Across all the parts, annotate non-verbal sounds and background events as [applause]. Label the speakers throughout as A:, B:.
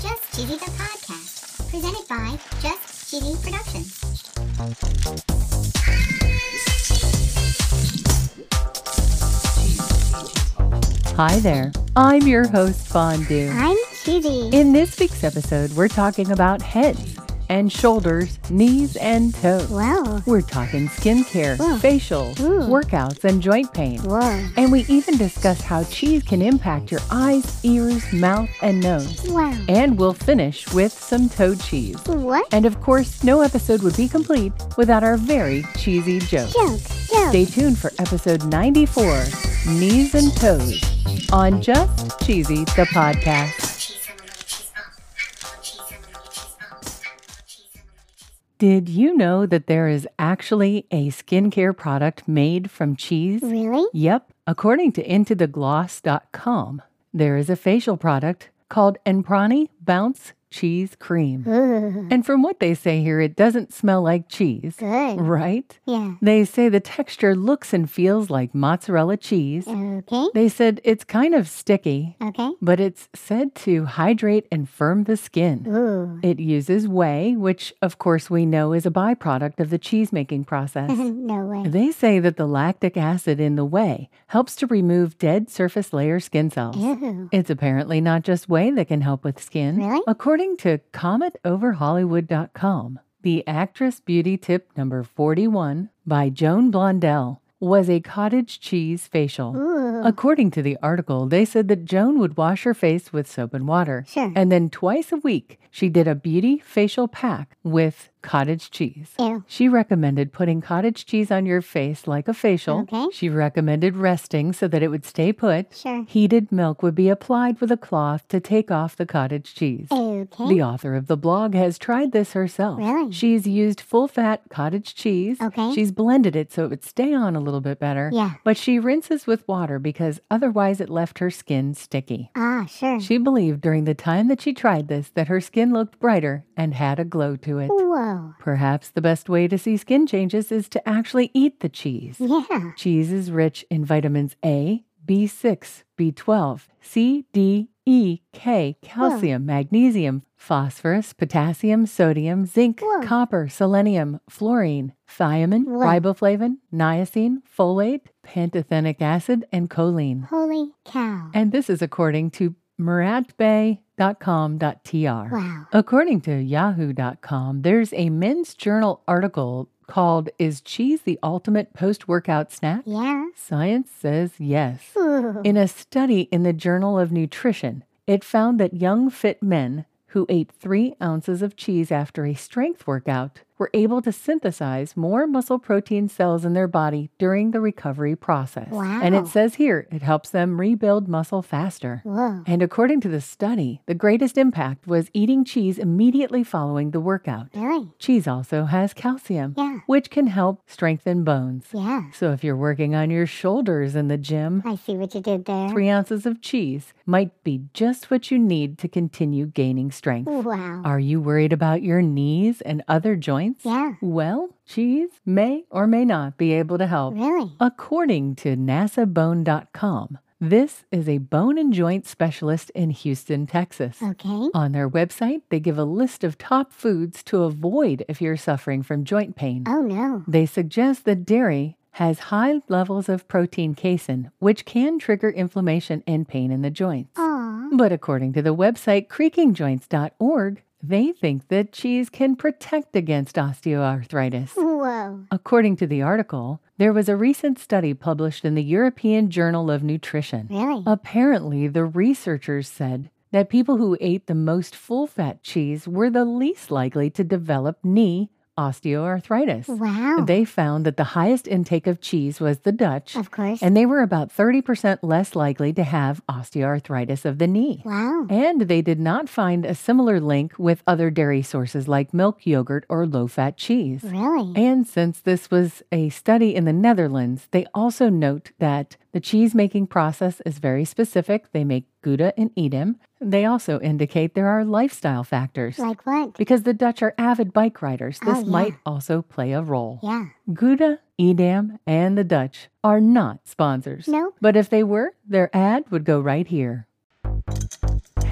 A: Just Cheesy the Podcast, presented by Just Cheesy Productions.
B: Hi there. I'm your host, Fondue.
A: I'm Cheesy.
B: In this week's episode, we're talking about heads and shoulders, knees and toes.
A: Whoa.
B: We're talking skincare,
A: Whoa.
B: facials,
A: Ooh.
B: workouts, and joint pain.
A: Whoa.
B: And we even discuss how cheese can impact your eyes, ears, mouth, and nose.
A: Wow.
B: And we'll finish with some toe cheese.
A: What?
B: And of course, no episode would be complete without our very cheesy joke.
A: Joke. Joke.
B: Stay tuned for episode 94 Knees and Toes on Just Cheesy, the podcast. Did you know that there is actually a skincare product made from cheese?
A: Really?
B: Yep. According to IntoTheGloss.com, there is a facial product called Enprani Bounce Cheese
A: Mm-hmm.
B: Cream.
A: Ooh.
B: And from what they say here, it doesn't smell like cheese,
A: Good.
B: right?
A: Yeah.
B: They say the texture looks and feels like mozzarella cheese.
A: Mm-hmm. Okay.
B: They said it's kind of sticky,
A: Okay.
B: but it's said to hydrate and firm the
A: Mm-hmm.
B: skin.
A: Ooh. [laughs]
B: It uses whey, which of course we know is a byproduct of the cheese making process.
A: no way.
B: They say that the lactic acid in the whey helps to remove dead surface layer skin cells.
A: Ooh.
B: It's apparently not just whey that can help with skin.
A: Really?
B: According to CometOverHollywood.com, the actress beauty tip number 41 by Joan Blondell was a cottage cheese facial.
A: Ooh.
B: According to the article, they said that Joan would wash her face with soap and water.
A: Sure.
B: And then twice a week, she did a beauty facial pack with cottage cheese.
A: Ew.
B: She recommended putting cottage cheese on your face like a facial.
A: Okay.
B: She recommended resting so that it would stay put.
A: Sure.
B: Heated milk would be applied with a cloth to take off the cottage cheese.
A: Okay.
B: The author of the blog has tried this herself.
A: Really?
B: She's used full fat cottage cheese.
A: Okay.
B: She's blended it so it would stay on a little bit better.
A: Yeah.
B: But she rinses with water because otherwise it left her skin sticky.
A: Ah, sure.
B: She believed during the time that she tried this that her skin looked brighter and had a glow to it.
A: Hmm. Whoa.
B: Perhaps the best way to see skin changes is to actually eat the cheese.
A: Yeah.
B: Cheese is rich in vitamins A, B6, B12, C, D, E, K, calcium, magnesium, phosphorus, potassium, sodium, zinc,
A: Whoa.
B: copper, selenium, fluorine, thiamine,
A: Whoa.
B: riboflavin, niacin, folate, pantothenic acid, and choline.
A: Holy cow.
B: And this is according to muratbay.com.tr.
A: Wow.
B: According to Yahoo.com, there's a men's journal article called Is Cheese the Ultimate Post Workout Snack?
A: Yeah.
B: Science says yes.
A: Ooh.
B: In a study in the Journal of Nutrition, it found that young fit men who ate three ounces of cheese after a strength workout were able to synthesize more muscle protein cells in their body during the recovery process. And
A: Wow. Hmm.
B: it says here it helps them rebuild muscle faster.
A: Whoa.
B: And according to the study, the greatest impact was eating cheese immediately following the workout.
A: Really?
B: Cheese also has calcium,
A: Yeah.
B: which can help strengthen bones.
A: Yeah.
B: So if you're working on your shoulders in the gym,
A: I see what you did there.
B: three ounces of cheese might be just what you need to continue gaining strength.
A: Wow.
B: Are you worried about your knees and other joints?
A: Yeah.
B: Well, cheese may or may not be able to help.
A: Really?
B: According to NASABone.com, this is a bone and joint specialist in Houston, Texas.
A: Okay.
B: On their website, they give a list of top foods to avoid if you're suffering from joint pain.
A: Oh no.
B: They suggest that dairy has high levels of protein casein, which can trigger inflammation and pain in the joints.
A: Aw.
B: But according to the website creakingjoints.org, they think that cheese can protect against osteoarthritis.
A: Whoa.
B: According to the article, there was a recent study published in the European Journal of Nutrition.
A: Really?
B: Apparently, the researchers said that people who ate the most full fat cheese were the least likely to develop knee osteoarthritis.
A: Wow.
B: They found that the highest intake of cheese was the Dutch,
A: Of course.
B: and they were about 30% less likely to have osteoarthritis of the knee.
A: Wow.
B: And they did not find a similar link with other dairy sources like milk, yogurt, or low fat cheese.
A: Really?
B: And since this was a study in the Netherlands, they also note that the cheese making process is very specific. They make Gouda and Edam. They also indicate there are lifestyle factors.
A: Like what?
B: Because the Dutch are avid bike riders,
A: Oh,
B: this
A: yeah.
B: might also play a role.
A: Yeah.
B: Gouda, Edam, and the Dutch are not sponsors.
A: Nope.
B: But if they were, their ad would go right here.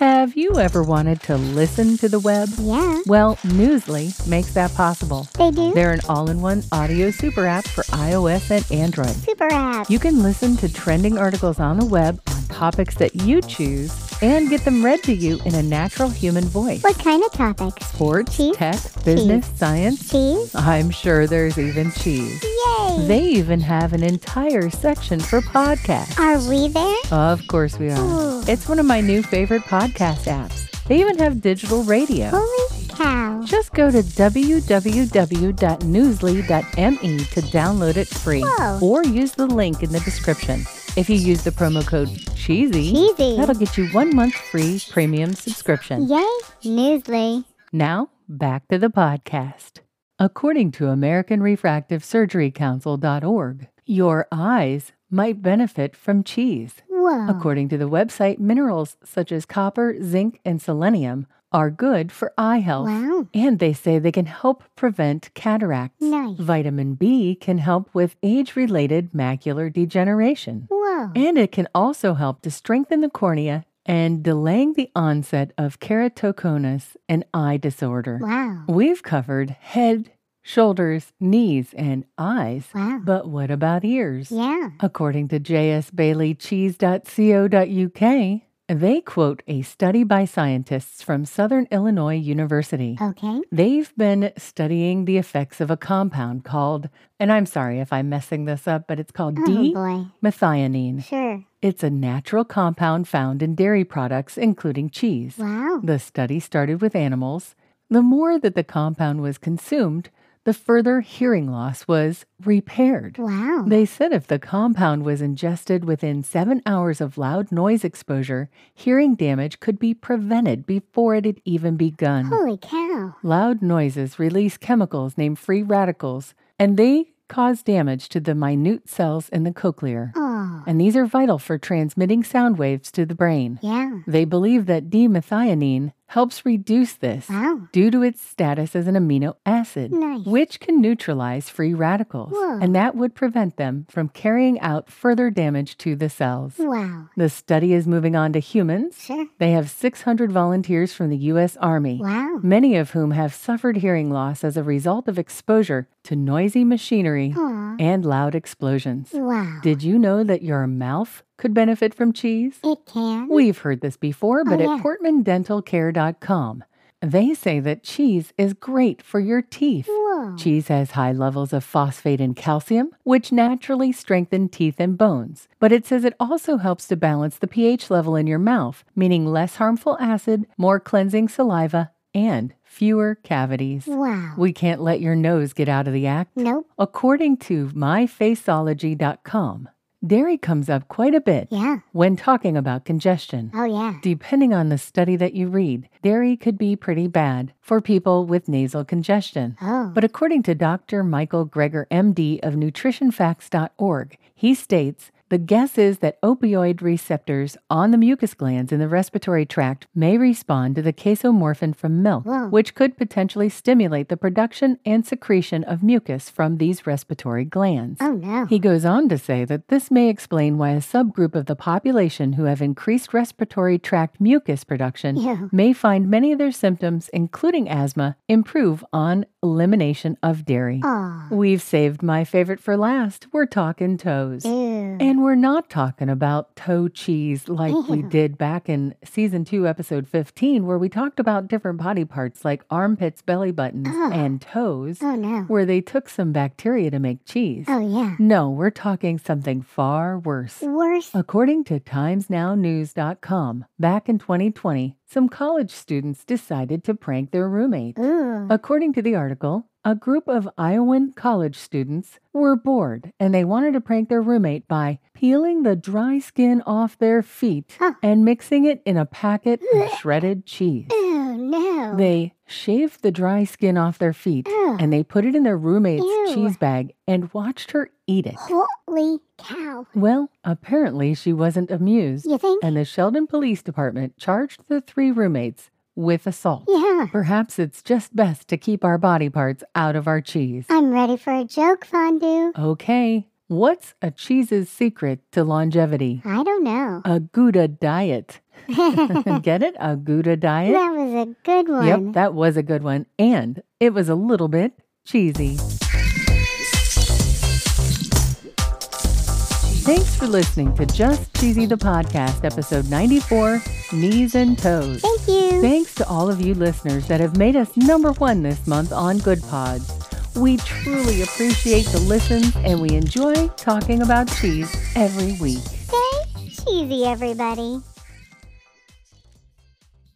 B: Have you ever wanted to listen to the web?
A: Yeah,
B: Well, Newsly makes that possible.
A: they do.
B: They're an all in one audio super app for iOS and Android.
A: Super app.
B: You can listen to trending articles on the web on topics that you choose and get them read to you in a natural human voice.
A: What kind of topics?
B: sports,
A: Cheese?
B: tech, business, science.
A: Cheese?
B: I'm sure there's even cheese.
A: Yay!
B: They even have an entire section for podcasts.
A: Are we there?
B: Of course we
A: Ooh.
B: are. It's one of my new favorite podcast apps. They even have digital radio.
A: Holy cow.
B: Just go to www.newsly.me E to download it free
A: Whoa.
B: or use the link in the description. If you use the promo code CHEESY,
A: Cheesy.
B: that'll get you one month free premium subscription.
A: Yay, Newsly.
B: Now, back to the podcast. According to American Refractive Surgery Council.org, your eyes might benefit from cheese.
A: Whoa.
B: According to the website, minerals such as copper, zinc, and selenium are good for eye health.
A: Wow.
B: And they say they can help prevent cataracts.
A: Nice.
B: Vitamin B can help with age related macular degeneration.
A: Whoa.
B: And it can also help to strengthen the cornea and delaying the onset of keratoconus, an eye disorder.
A: Wow.
B: We've covered head, shoulders, knees, and eyes.
A: Wow.
B: But what about ears?
A: Yeah.
B: According to jsbaileycheese.co.uk, they quote a study by scientists from Southern Illinois University.
A: Okay.
B: They've been studying the effects of a compound called, and I'm sorry if I'm messing this up, but it's called
A: Oh boy.
B: D-methionine.
A: Sure.
B: It's a natural compound found in dairy products, including cheese.
A: Wow.
B: The study started with animals. The more that the compound was consumed, the further hearing loss was repaired.
A: Wow.
B: They said if the compound was ingested within seven hours of loud noise exposure, hearing damage could be prevented before it had even begun.
A: Holy cow.
B: Loud noises release chemicals named free radicals, and they cause damage to the minute cells in the cochlear.
A: Oh.
B: And these are vital for transmitting sound waves to the brain.
A: Yeah.
B: They believe that D-methionine helps reduce this
A: Wow.
B: due to its status as an amino acid,
A: Ah. Nice.
B: which can neutralize free radicals,
A: Whoa.
B: and that would prevent them from carrying out further damage to the cells.
A: Wow.
B: The study is moving on to humans.
A: Sure.
B: They have 600 volunteers from the U.S. Army,
A: Wow.
B: many of whom have suffered hearing loss as a result of exposure to noisy machinery
A: Aw.
B: and loud explosions.
A: Wow.
B: Did you know that your mouth could benefit from cheese?
A: It can.
B: We've heard this before, but
A: Mm-hmm. Oh, yeah.
B: at portmandentalcare.com, they say that cheese is great for your teeth.
A: Whoa.
B: Cheese has high levels of phosphate and calcium, which naturally strengthen teeth and bones. But it says it also helps to balance the pH level in your mouth, meaning less harmful acid, more cleansing saliva, and fewer cavities.
A: Wow.
B: We can't let your nose get out of the act.
A: Nope.
B: According to myfaceology.com, dairy comes up quite a bit
A: Yeah.
B: when talking about congestion.
A: Oh yeah.
B: Depending on the study that you read, dairy could be pretty bad for people with nasal congestion.
A: Oh.
B: But according to Dr. Michael Greger, MD of nutritionfacts.org, he states the guess is that opioid receptors on the mucus glands in the respiratory tract may respond to the casomorphin from milk,
A: Wow.
B: which could potentially stimulate the production and secretion of mucus from these respiratory glands.
A: oh no.
B: He goes on to say that this may explain why a subgroup of the population who have increased respiratory tract mucus production
A: Ew.
B: may find many of their symptoms, including asthma, improve on elimination of dairy.
A: Aw.
B: We've saved my favorite for last. We're talking toes.
A: Ew.
B: And we're not talking about toe cheese like we
A: Ew.
B: did back in season two, episode 15, where we talked about different body parts like armpits, belly buttons,
A: Ugh.
B: and toes,
A: Oh no.
B: where they took some bacteria to make cheese.
A: Oh yeah.
B: No, we're talking something far worse.
A: Worse.
B: According to TimesNowNews.com, back in 2020, some college students decided to prank their roommate.
A: Ooh.
B: According to the article, a group of Iowan college students were bored and they wanted to prank their roommate by peeling the dry skin off their feet
A: Huh.
B: and mixing it in a packet of shredded cheese.
A: Ew. No.
B: They shaved the dry skin off their feet
A: Ew.
B: and they put it in their roommate's
A: Ew.
B: cheese bag and watched her eat it.
A: Holy cow.
B: Well, apparently she wasn't amused,
A: You think?
B: and the Sheldon Police Department charged the three roommates with assault.
A: Yeah.
B: Perhaps it's just
A: Uh.
B: best to keep our body parts out of our cheese.
A: I'm ready for a joke fondue.
B: Okay, What's a cheese's secret to longevity?
A: I don't know.
B: A Gouda diet. [laughs]
A: that
B: Get it? A Gouda diet?
A: was a good one.
B: Yep, that was a good one. And it was a little bit cheesy. Thanks for listening to Just Cheesy the Podcast, episode 94 Knees and Toes.
A: Thank you.
B: Thanks to all of you listeners that have made us number one this month on Good Pods. We truly appreciate the listens and we enjoy talking about cheese every week.
A: Stay cheesy, everybody.